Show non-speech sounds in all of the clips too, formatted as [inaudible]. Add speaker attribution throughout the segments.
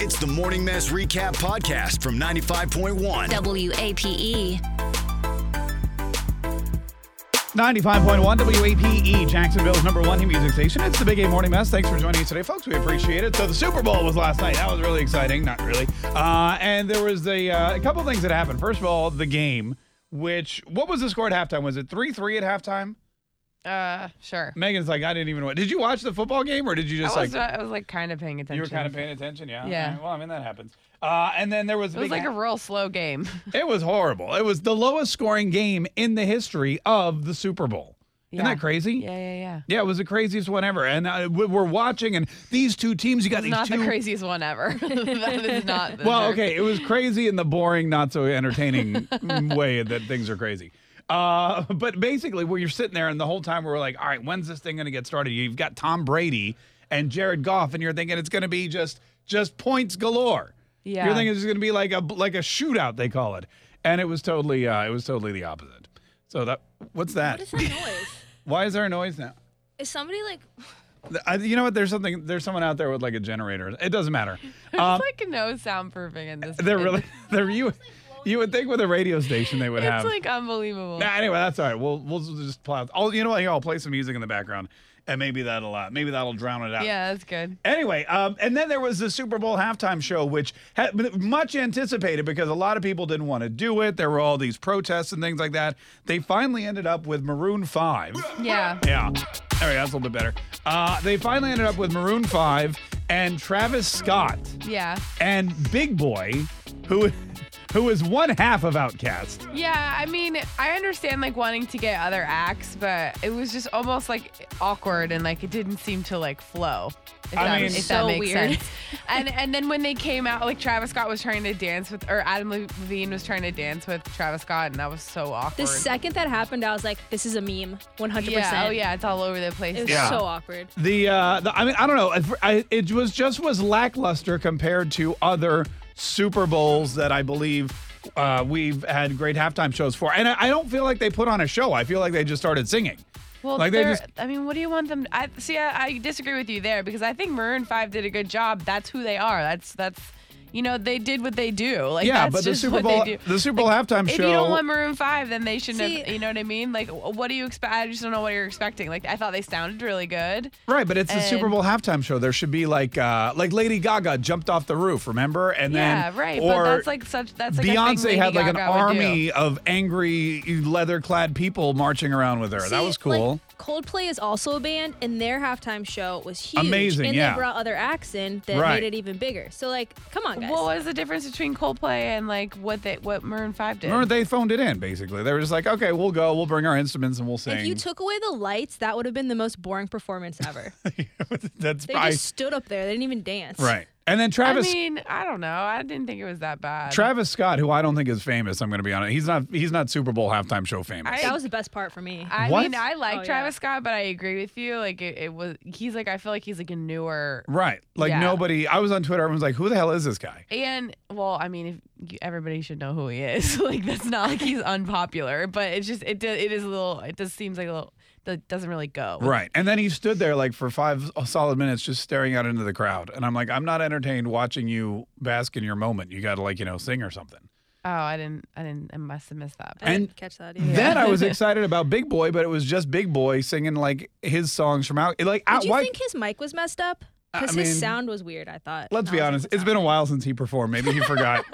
Speaker 1: It's the Morning Mess Recap Podcast from 95.1.
Speaker 2: E.
Speaker 3: WAPE.
Speaker 4: 95.1 WAPE, E, Jacksonville's number one hit music station. It's the Big A Morning Mess. Thanks for joining us today, folks. We appreciate it. So the Super Bowl was last night. That was really exciting. Not really. Uh, and there was a, uh, a couple things that happened. First of all, the game, which, what was the score at halftime? Was it 3-3 at halftime?
Speaker 5: Uh, sure.
Speaker 4: Megan's like, I didn't even know. Did you watch the football game or did you
Speaker 5: I was,
Speaker 4: just like,
Speaker 5: uh, I was like kind of paying attention.
Speaker 4: you were kind of paying attention? Yeah.
Speaker 5: Yeah.
Speaker 4: All right. Well, I mean, that happens. Uh, and then there was,
Speaker 5: It was like a real slow game.
Speaker 4: It was horrible. It was the lowest scoring game in the history of the Super Bowl. Isn't
Speaker 5: Yeah.
Speaker 4: that crazy?
Speaker 5: [laughs] yeah, yeah, yeah.
Speaker 4: Yeah, it was the craziest one ever. And uh, we- we're watching, and these two teams, you got
Speaker 5: It's
Speaker 4: these
Speaker 5: not
Speaker 4: two.
Speaker 5: the craziest one ever. [laughs] that is not.
Speaker 4: [laughs]
Speaker 5: The
Speaker 4: well,
Speaker 5: jerk.
Speaker 4: okay, it was crazy in the boring, not so entertaining
Speaker 5: [laughs]
Speaker 4: way that things are crazy. Uh, but basically, where you're sitting there, and the whole time we're like, all right, when's this thing going to get started? You've got Tom Brady and Jared Goff, and you're thinking it's going to be just just points galore.
Speaker 5: Yeah.
Speaker 4: you're thinking it's going to be like a like a shootout they call it, and it was totally uh, it was totally the opposite. So that what's that?
Speaker 6: What is that noise?
Speaker 4: Why is there a noise now?
Speaker 6: is somebody like
Speaker 4: Th- I, you know what? There's something. There's someone out there with like a generator. It doesn't matter. Um,
Speaker 5: There's like no soundproofing in this.
Speaker 4: they're
Speaker 5: in
Speaker 4: really. [laughs] They're you. You would think with a radio station they would
Speaker 5: It's
Speaker 4: have.
Speaker 5: like unbelievable.
Speaker 4: Nah, anyway, that's all right. We'll we'll just plow. I'll, you know what? Here, I'll play some music in the background, and maybe that'll uh, maybe that'll drown it out.
Speaker 5: yeah, that's good.
Speaker 4: Anyway, um, and then there was the Super Bowl halftime show, which had been much anticipated because a lot of people didn't want to do it. There were all these protests and things like that. They finally ended up with Maroon Five.
Speaker 5: Yeah.
Speaker 4: Yeah. There we go. That's a little bit better. Uh, they finally ended up with Maroon 5 and Travis Scott
Speaker 5: Yeah.
Speaker 4: and Big Boy, who who is one half of Outcast.
Speaker 5: Yeah. I mean, I understand like wanting to get other acts, but it was just almost like awkward and like it didn't seem to like flow. If
Speaker 4: I
Speaker 5: that,
Speaker 4: mean-
Speaker 5: if that
Speaker 6: So
Speaker 5: makes
Speaker 6: weird.
Speaker 5: sense. And and then when they came out, like Travis Scott was trying to dance with, or Adam Levine was trying to dance with Travis Scott, and that was so
Speaker 6: the
Speaker 5: awkward.
Speaker 6: second that happened? I was like, this is a meme, 100.
Speaker 5: Yeah.
Speaker 6: percent
Speaker 5: Oh yeah, it's all over the place.
Speaker 6: It was
Speaker 4: Yeah.
Speaker 6: so awkward.
Speaker 4: The, uh, the I mean I don't know. I, it was just was lackluster compared to other Super Bowls that I believe uh, we've had great halftime shows for. And I, I don't feel like they put on a show. I feel like they just started singing.
Speaker 5: Well,
Speaker 4: Like,
Speaker 5: like
Speaker 4: they
Speaker 5: they
Speaker 4: just-
Speaker 5: I mean, what do you want them? To, I see. I, I disagree with you there because I think Maroon Five did a good job. That's who they are. That's that's. You know they did what they do. Like
Speaker 4: Yeah,
Speaker 5: that's
Speaker 4: but the
Speaker 5: just
Speaker 4: Super
Speaker 5: what
Speaker 4: Bowl-
Speaker 5: they do.
Speaker 4: the Super Bowl halftime
Speaker 5: if
Speaker 4: show-
Speaker 5: you don't want Maroon Five, then they shouldn't. have,
Speaker 6: See-
Speaker 5: you know what I mean? Like, wh- what do you expect? I just don't know what you're expecting. Like, I thought they sounded really good.
Speaker 4: Right, but it's the Super
Speaker 5: And-
Speaker 4: Bowl halftime show. There should be like uh, like Lady Gaga jumped off the roof, remember? And
Speaker 5: yeah,
Speaker 4: then
Speaker 5: right.
Speaker 4: Or
Speaker 5: but that's like such. That's like a thing
Speaker 4: Beyonce
Speaker 5: Lady
Speaker 4: had like an
Speaker 5: Gaga would do.
Speaker 4: army of angry leather-clad people marching around with her. that
Speaker 6: See,
Speaker 4: was cool.
Speaker 6: Like, Coldplay is also a band, and their halftime show was huge.
Speaker 4: Amazing,
Speaker 6: and
Speaker 4: yeah.
Speaker 6: they brought other acts in that
Speaker 4: Right.
Speaker 6: made it even bigger. So like, come on, guys.
Speaker 5: What was the difference between Coldplay and like what they what Maroon Five did?
Speaker 4: Remember they phoned it in basically. They were just like, "Okay, we'll go. We'll bring our instruments and we'll sing."
Speaker 6: if you took away the lights, that would have been the most boring performance
Speaker 4: [laughs]
Speaker 6: ever.
Speaker 4: That's
Speaker 6: they
Speaker 4: I-
Speaker 6: just stood up there. They didn't even dance.
Speaker 4: right. And then Travis
Speaker 5: I mean, I don't know. I didn't think it was that bad.
Speaker 4: Travis Scott, who I don't think is famous, I'm going to be honest. He's not he's not Super Bowl halftime show famous.
Speaker 5: I-
Speaker 6: That was the best part for me.
Speaker 5: I
Speaker 4: What?
Speaker 5: mean, I like
Speaker 6: Oh,
Speaker 5: Travis
Speaker 6: yeah.
Speaker 5: Scott, but I agree with you. Like, it, it was, he's like, I feel like he's like a newer.
Speaker 4: right. Like
Speaker 5: Yeah.
Speaker 4: nobody I was on Twitter, everyone's like, "Who the hell is this guy?"
Speaker 5: And, well, I mean, if you, everybody should know who he is. [laughs] like, that's not like [laughs] he's unpopular, but it's just, it, do- it is a little, it just seems like a little, that doesn't really go.
Speaker 4: Right. And then he stood there like for five solid minutes just staring out into the crowd. And I'm like, I'm not entertained watching you bask in your moment. You got to like, you know, sing or something.
Speaker 5: Oh, I didn't, I didn't, I must have missed that.
Speaker 6: I didn't
Speaker 4: and
Speaker 6: catch that. Either.
Speaker 4: Then I
Speaker 5: [laughs]
Speaker 4: was excited about Big Boy, but it was just Big Boy singing like his songs from out. Like, out,
Speaker 6: Did you
Speaker 4: why-
Speaker 6: think his mic was messed up?
Speaker 4: I
Speaker 6: Because
Speaker 4: mean,
Speaker 6: his sound was weird. I thought.
Speaker 4: let's
Speaker 6: And
Speaker 4: be
Speaker 6: I was like,
Speaker 4: honest,
Speaker 6: what's
Speaker 4: it's
Speaker 6: up?
Speaker 4: been a while since he performed. Maybe he
Speaker 5: [laughs]
Speaker 4: forgot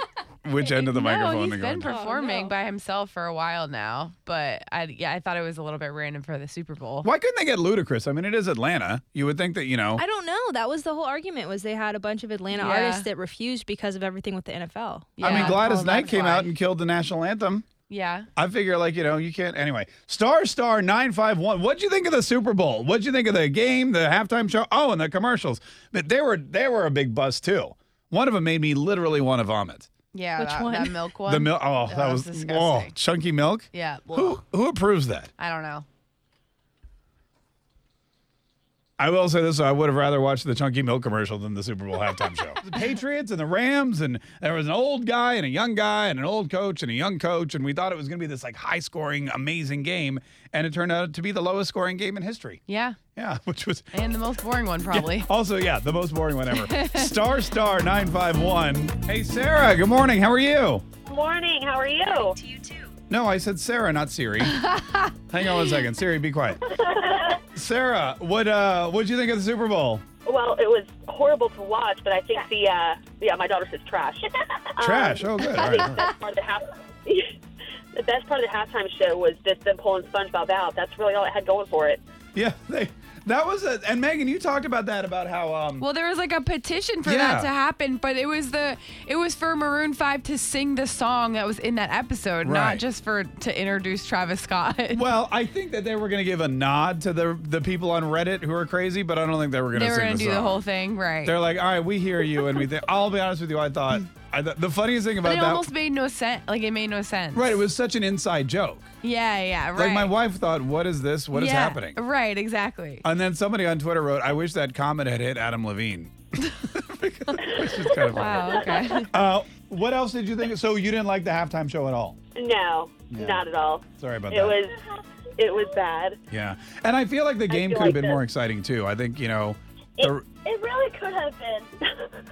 Speaker 4: which end of the
Speaker 5: no,
Speaker 4: microphone
Speaker 5: he's
Speaker 4: to go.
Speaker 5: been
Speaker 4: into.
Speaker 6: Oh,
Speaker 5: performing
Speaker 6: no.
Speaker 5: by himself for a while now, but I, yeah, I thought it was a little bit random for the Super Bowl.
Speaker 4: Why couldn't they get ludicrous? I mean, it is Atlanta. You would think that, you know.
Speaker 6: I don't know. That was the whole argument was they had a bunch of Atlanta
Speaker 5: Yeah.
Speaker 6: artists that refused because of everything with the NFL.
Speaker 4: I mean,
Speaker 5: Yeah,
Speaker 4: Gladys
Speaker 5: well,
Speaker 4: Knight
Speaker 5: that's
Speaker 4: came
Speaker 5: why.
Speaker 4: out and killed the national anthem.
Speaker 5: Yeah.
Speaker 4: I figure, like, you know, you can't. Anyway, Star Star 951. What'd you think of the Super Bowl? What'd you think of the game, the halftime show? Oh, and the commercials. But they were they were a big buzz, too. One of them made me literally want to vomit.
Speaker 5: Yeah.
Speaker 6: Which
Speaker 5: that,
Speaker 6: one?
Speaker 5: that milk one.
Speaker 4: the milk. Oh,
Speaker 5: that
Speaker 4: that was, oh,
Speaker 5: was disgusting.
Speaker 4: chunky milk.
Speaker 5: Yeah.
Speaker 4: Who who approves that?
Speaker 5: I don't know.
Speaker 4: I will say this: I would have rather watched the chunky milk commercial than the Super Bowl halftime show. [laughs] The Patriots and the Rams, and there was an old guy and a young guy and an old coach and a young coach, and we thought it was going to be this like high-scoring, amazing game, and it turned out to be the lowest-scoring game in history.
Speaker 5: Yeah.
Speaker 4: Yeah, [laughs] which was
Speaker 5: And the most boring one, probably.
Speaker 4: also, [laughs] yeah, the most boring one ever. star Star 951. Hey, Sarah, good morning. How are you?
Speaker 3: Morning. How are you?
Speaker 4: No, I said Sarah, not
Speaker 5: [laughs]
Speaker 4: Siri. Hang on one second. Siri, be quiet. Sarah, what uh what'd you think of the Super Bowl?
Speaker 3: Well, it was horrible to watch, but I think the uh, yeah, my daughter says
Speaker 4: [laughs]
Speaker 3: trash. Um,
Speaker 4: Trash. Oh good. All
Speaker 3: I
Speaker 4: right.
Speaker 3: think
Speaker 4: all right.
Speaker 3: the best part of the half. [laughs] the best part of the halftime show was just them pulling SpongeBob out. That's really all it had going for it.
Speaker 4: Yeah, they, that was a and Megan, you talked about that about how um
Speaker 5: Well, there was like a petition for
Speaker 4: Yeah.
Speaker 5: that to happen, but it was the it was for Maroon Five to sing the song that was in that episode,
Speaker 4: Right.
Speaker 5: not just for to introduce Travis Scott.
Speaker 4: Well, I think that they were going to give a nod to the the people on Reddit who are crazy, but I don't think they were going to
Speaker 5: [laughs] they were
Speaker 4: sing
Speaker 5: gonna
Speaker 4: the
Speaker 5: do the
Speaker 4: song.
Speaker 5: whole thing, right?
Speaker 4: They're like, all right, we hear you, and we think. I'll be honest with you, I thought I th- the funniest thing
Speaker 5: but
Speaker 4: about
Speaker 5: it
Speaker 4: that,
Speaker 5: almost made no sense. Like it made no sense.
Speaker 4: right? It was such an inside joke.
Speaker 5: Yeah, yeah, right.
Speaker 4: Like my wife thought, what is this? What is
Speaker 5: Yeah,
Speaker 4: happening?
Speaker 5: Right, exactly.
Speaker 4: And then somebody on Twitter wrote, I wish that comment had hit Adam Levine. [laughs] Which is kind of funny.
Speaker 5: wow. Okay.
Speaker 4: Uh, what else did you think? So you didn't like the halftime show at all?
Speaker 3: No,
Speaker 4: Yeah.
Speaker 3: not at all.
Speaker 4: Sorry about
Speaker 3: it
Speaker 4: that.
Speaker 3: was it was bad.
Speaker 4: Yeah, and I feel like the game
Speaker 3: feel
Speaker 4: could have
Speaker 3: like
Speaker 4: been
Speaker 3: the-
Speaker 4: more exciting too. I think you know, the,
Speaker 3: It really could have been.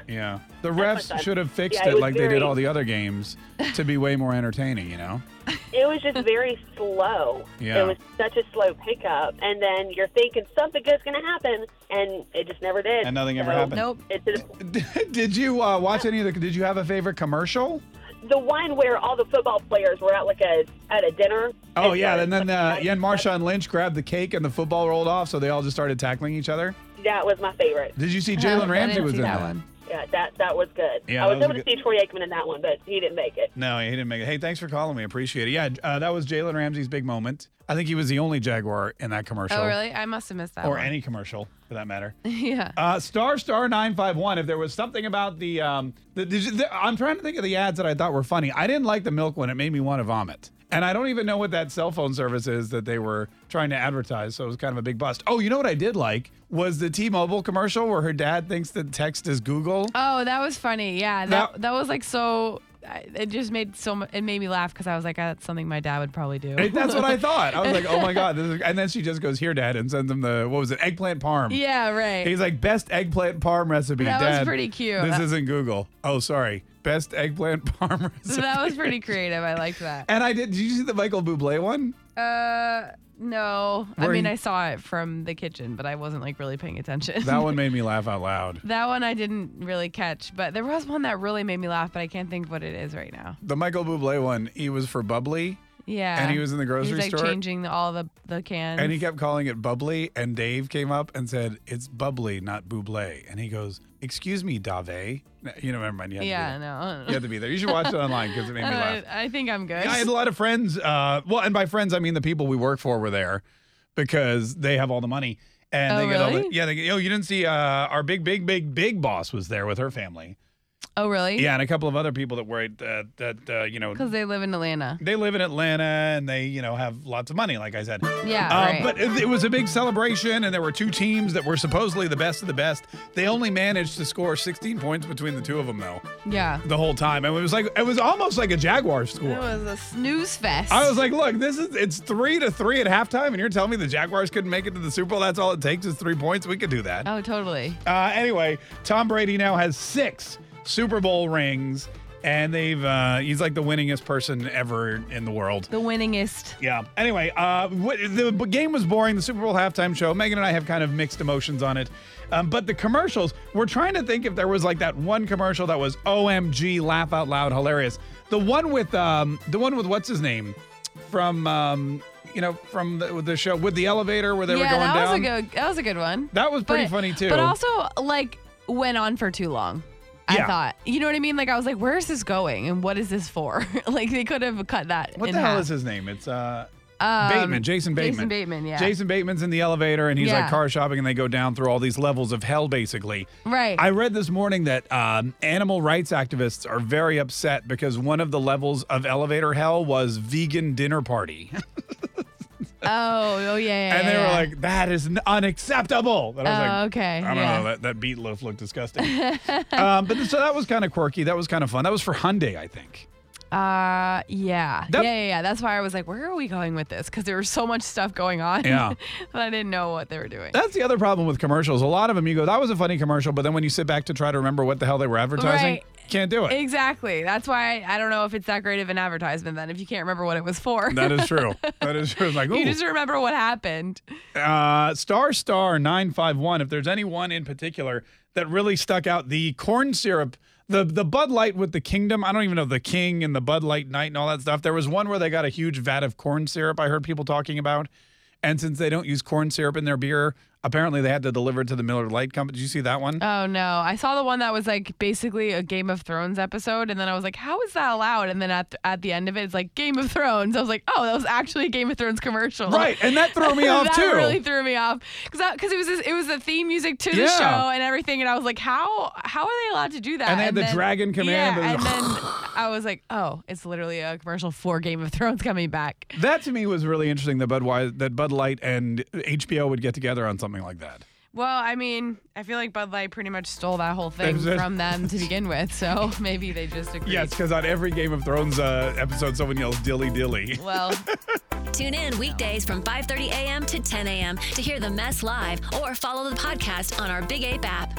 Speaker 4: yeah, the refs
Speaker 3: fun.
Speaker 4: should have fixed
Speaker 3: Yeah, it
Speaker 4: it,
Speaker 3: was
Speaker 4: like they
Speaker 3: very-
Speaker 4: did all the other
Speaker 3: [laughs]
Speaker 4: games to be way more entertaining. You know,
Speaker 3: [laughs]
Speaker 4: [laughs]
Speaker 3: it was just very slow.
Speaker 4: Yeah.
Speaker 3: It was such a slow pickup, and then you're thinking something good's going to happen, and it just never did.
Speaker 4: And nothing ever
Speaker 3: So,
Speaker 4: happened.
Speaker 5: nope.
Speaker 3: It's a,
Speaker 4: did you uh, watch any of the? Did you have a favorite commercial?
Speaker 3: the one where all the football players were at like a at a dinner.
Speaker 4: Oh
Speaker 3: It's
Speaker 4: yeah,
Speaker 3: like-
Speaker 4: and then
Speaker 3: [laughs]
Speaker 4: uh, yeah, and Marshawn Lynch grabbed the cake and the football rolled off, so they all just started tackling each other.
Speaker 3: that was my favorite.
Speaker 4: Did you see
Speaker 5: I
Speaker 4: Jalen Ramsey
Speaker 5: didn't
Speaker 4: was
Speaker 5: see
Speaker 4: in
Speaker 5: that
Speaker 4: that?
Speaker 5: one.
Speaker 3: Yeah, that that was good.
Speaker 4: Yeah,
Speaker 3: I
Speaker 4: that
Speaker 3: was
Speaker 4: was
Speaker 3: able
Speaker 4: a
Speaker 3: to
Speaker 4: good-
Speaker 3: see Troy Aikman in that one, but he didn't make it.
Speaker 4: No, he didn't make it. Hey, thanks for calling me. Appreciate it. Yeah, uh, that was Jalen Ramsey's big moment. I think he was the only Jaguar in that commercial,
Speaker 5: Oh, really? I must have missed that
Speaker 4: or
Speaker 5: one.
Speaker 4: any commercial for that matter.
Speaker 5: [laughs] yeah.
Speaker 4: Uh, star star nine five one. If there was something about the, um, the, did you- the- I'm trying to think of the ads that I thought were funny. I didn't like the milk one; it made me want to vomit. And I don't even know what that cell phone service is that they were trying to advertise. So it was kind of a big bust. Oh, you know what I did like was the T-Mobile commercial where her dad thinks that text is Google.
Speaker 5: Oh, that was funny. Yeah, that that, was like so. I- It just made so. mu- It made me laugh because I was like, "Ah, that's something my dad would probably do.
Speaker 4: It- that's what I thought. I was like, oh my god! This is, and then she just goes here, dad, and sends him the what was it, eggplant parm.
Speaker 5: [laughs] yeah, right.
Speaker 4: He's like best eggplant parm recipe.
Speaker 5: That was
Speaker 4: dad,
Speaker 5: pretty cute. Uh,
Speaker 4: This
Speaker 5: That-
Speaker 4: isn't Google. Oh, sorry. Best eggplant [laughs] parm recipe.
Speaker 5: So [laughs] that was pretty creative. I liked that.
Speaker 4: [laughs] And I did. Did you see the Michael Bublé one?
Speaker 5: Uh, no. I
Speaker 4: Where
Speaker 5: mean,
Speaker 4: he-
Speaker 5: I saw it from the kitchen, but I wasn't like really paying attention.
Speaker 4: That one made me laugh out loud.
Speaker 5: [laughs] That one I didn't really catch, but there was one that really made me laugh, but I can't think what it is right now.
Speaker 4: The Michael Bublé one. He was for bubbly,
Speaker 5: Yeah.
Speaker 4: and he was in the
Speaker 5: He's
Speaker 4: grocery
Speaker 5: like
Speaker 4: store,
Speaker 5: changing all the the cans.
Speaker 4: and he kept calling it bubbly. And Dave came up and said, "It's bubbly, not Bublé." And he goes, "Excuse me, Dave." No, You know, never mind. You had to be there.
Speaker 5: yeah, no. [laughs]
Speaker 4: You had to be there. You should watch it online because it made me laugh.
Speaker 5: I, I think I'm good.
Speaker 4: I had a lot of friends. Uh, well, and by friends, I mean the people we work for were there because they have all the money and
Speaker 5: Oh,
Speaker 4: they get all the
Speaker 5: really?
Speaker 4: yeah. They get, oh, you didn't see uh, our big, big, big, big boss was there with her family.
Speaker 5: oh, really?
Speaker 4: Yeah, and a couple of other people that were uh, that uh, you know
Speaker 5: Because they live in Atlanta.
Speaker 4: they live in Atlanta and they you know have lots of money, like I said.
Speaker 5: Yeah.
Speaker 4: Uh,
Speaker 5: right.
Speaker 4: But it, it was a big celebration, and there were two teams that were supposedly the best of the best. They only managed to score 16 points between the two of them, though,
Speaker 5: yeah.
Speaker 4: the whole time. And it was like it was almost like a Jaguar score.
Speaker 5: It was a snooze fest.
Speaker 4: I was like, look, this is it's three to three at halftime, and you're telling me the Jaguars couldn't make it to the Super Bowl? That's all it takes is three points. We could do that.
Speaker 5: oh, totally.
Speaker 4: Uh, anyway, Tom Brady now has six Super Bowl rings, and they've uh, he's like the winningest person ever in the world.
Speaker 5: The winningest.
Speaker 4: Yeah. Anyway, uh, what, the b- game was boring. The Super Bowl halftime show. Megan and I have kind of mixed emotions on it, um, but the commercials. We're trying to think if there was like that one commercial that was OMG, laugh out loud, hilarious. The one with um, the one with what's his name from um, you know from the, with the show with the elevator where they were
Speaker 5: yeah,
Speaker 4: going
Speaker 5: that
Speaker 4: down.
Speaker 5: was a good. That was a good one.
Speaker 4: that was pretty
Speaker 5: But-
Speaker 4: funny too.
Speaker 5: But also, like, went on for too long.
Speaker 4: Yeah.
Speaker 5: I thought, you know what I mean? Like, I was like, where is this going, and what is this for? [laughs] like, they could have cut that.
Speaker 4: what
Speaker 5: in
Speaker 4: the hell
Speaker 5: half.
Speaker 4: is his name? It's uh,
Speaker 5: Um,
Speaker 4: Bateman, Jason Bateman.
Speaker 5: Jason Bateman, yeah.
Speaker 4: Jason Bateman's in the elevator and he's like
Speaker 5: Yeah.
Speaker 4: car shopping and they go down through all these levels of hell basically.
Speaker 5: Right.
Speaker 4: I read this morning that um, animal rights activists are very upset because one of the levels of elevator hell was vegan dinner party. [laughs]
Speaker 5: oh, oh yeah. yeah,
Speaker 4: and they
Speaker 5: yeah.
Speaker 4: were like, that is n- unacceptable. And I was
Speaker 5: Oh,
Speaker 4: like,
Speaker 5: okay,
Speaker 4: I don't
Speaker 5: yeah.
Speaker 4: know. That, that beet loaf
Speaker 5: [laughs]
Speaker 4: looked disgusting. um, but so that was kind of quirky. That was kind of fun. That was for Hyundai, I think.
Speaker 5: Uh, yeah.
Speaker 4: That-
Speaker 5: yeah, yeah, yeah. That's why I was like, where are we going with this? Because there was so much stuff going on.
Speaker 4: Yeah.
Speaker 5: [laughs] that I didn't know what they were doing.
Speaker 4: That's the other problem with commercials. A lot of them, you go, that was a funny commercial, but then when you sit back to try to remember what the hell they were advertising,
Speaker 5: Right.
Speaker 4: can't do it.
Speaker 5: Exactly. That's why I don't know if it's that great of an advertisement then if you can't remember what it was for.
Speaker 4: [laughs] That is true. That is true. It's like,
Speaker 5: [laughs] you
Speaker 4: ooh.
Speaker 5: just remember what happened.
Speaker 4: uh, star star 951 if there's any one in particular that really stuck out the corn syrup the the bud light with the kingdom i don't even know the king and the bud light night and all that stuff there was one where they got a huge vat of corn syrup i heard people talking about and since they don't use corn syrup in their beer apparently they had to deliver it to the miller light company did you see that one
Speaker 5: Oh no. I saw the one that was like basically a Game of Thrones episode and then I was like, how is that allowed? And then at the, at the end of it it's like Game of Thrones. I was like, oh, that was actually a Game of Thrones commercial.
Speaker 4: right and that threw me off
Speaker 5: [laughs] that
Speaker 4: too
Speaker 5: really threw me off because because it was this, it was the theme music to the
Speaker 4: Yeah.
Speaker 5: show and everything, and I was like, how how are they allowed to do that?
Speaker 4: And they had the dragon come in,
Speaker 5: yeah,
Speaker 4: and
Speaker 5: and
Speaker 4: then- [laughs]
Speaker 5: then I was like, oh, it's literally a commercial for Game of Thrones coming back.
Speaker 4: that to me was really interesting that bud, that bud light and hbo would get together on something like that
Speaker 5: Well, I mean, I feel like Bud Light pretty much stole that whole thing
Speaker 4: That's it.
Speaker 5: from them to begin with, so [laughs] maybe they just agreed.
Speaker 4: Yes, because on every Game of Thrones uh, episode, someone yells "dilly dilly."
Speaker 5: Well,
Speaker 2: Tune in weekdays from 5:30 a.m. to 10 a.m. to hear the mess live or follow the podcast on our Big Ape app.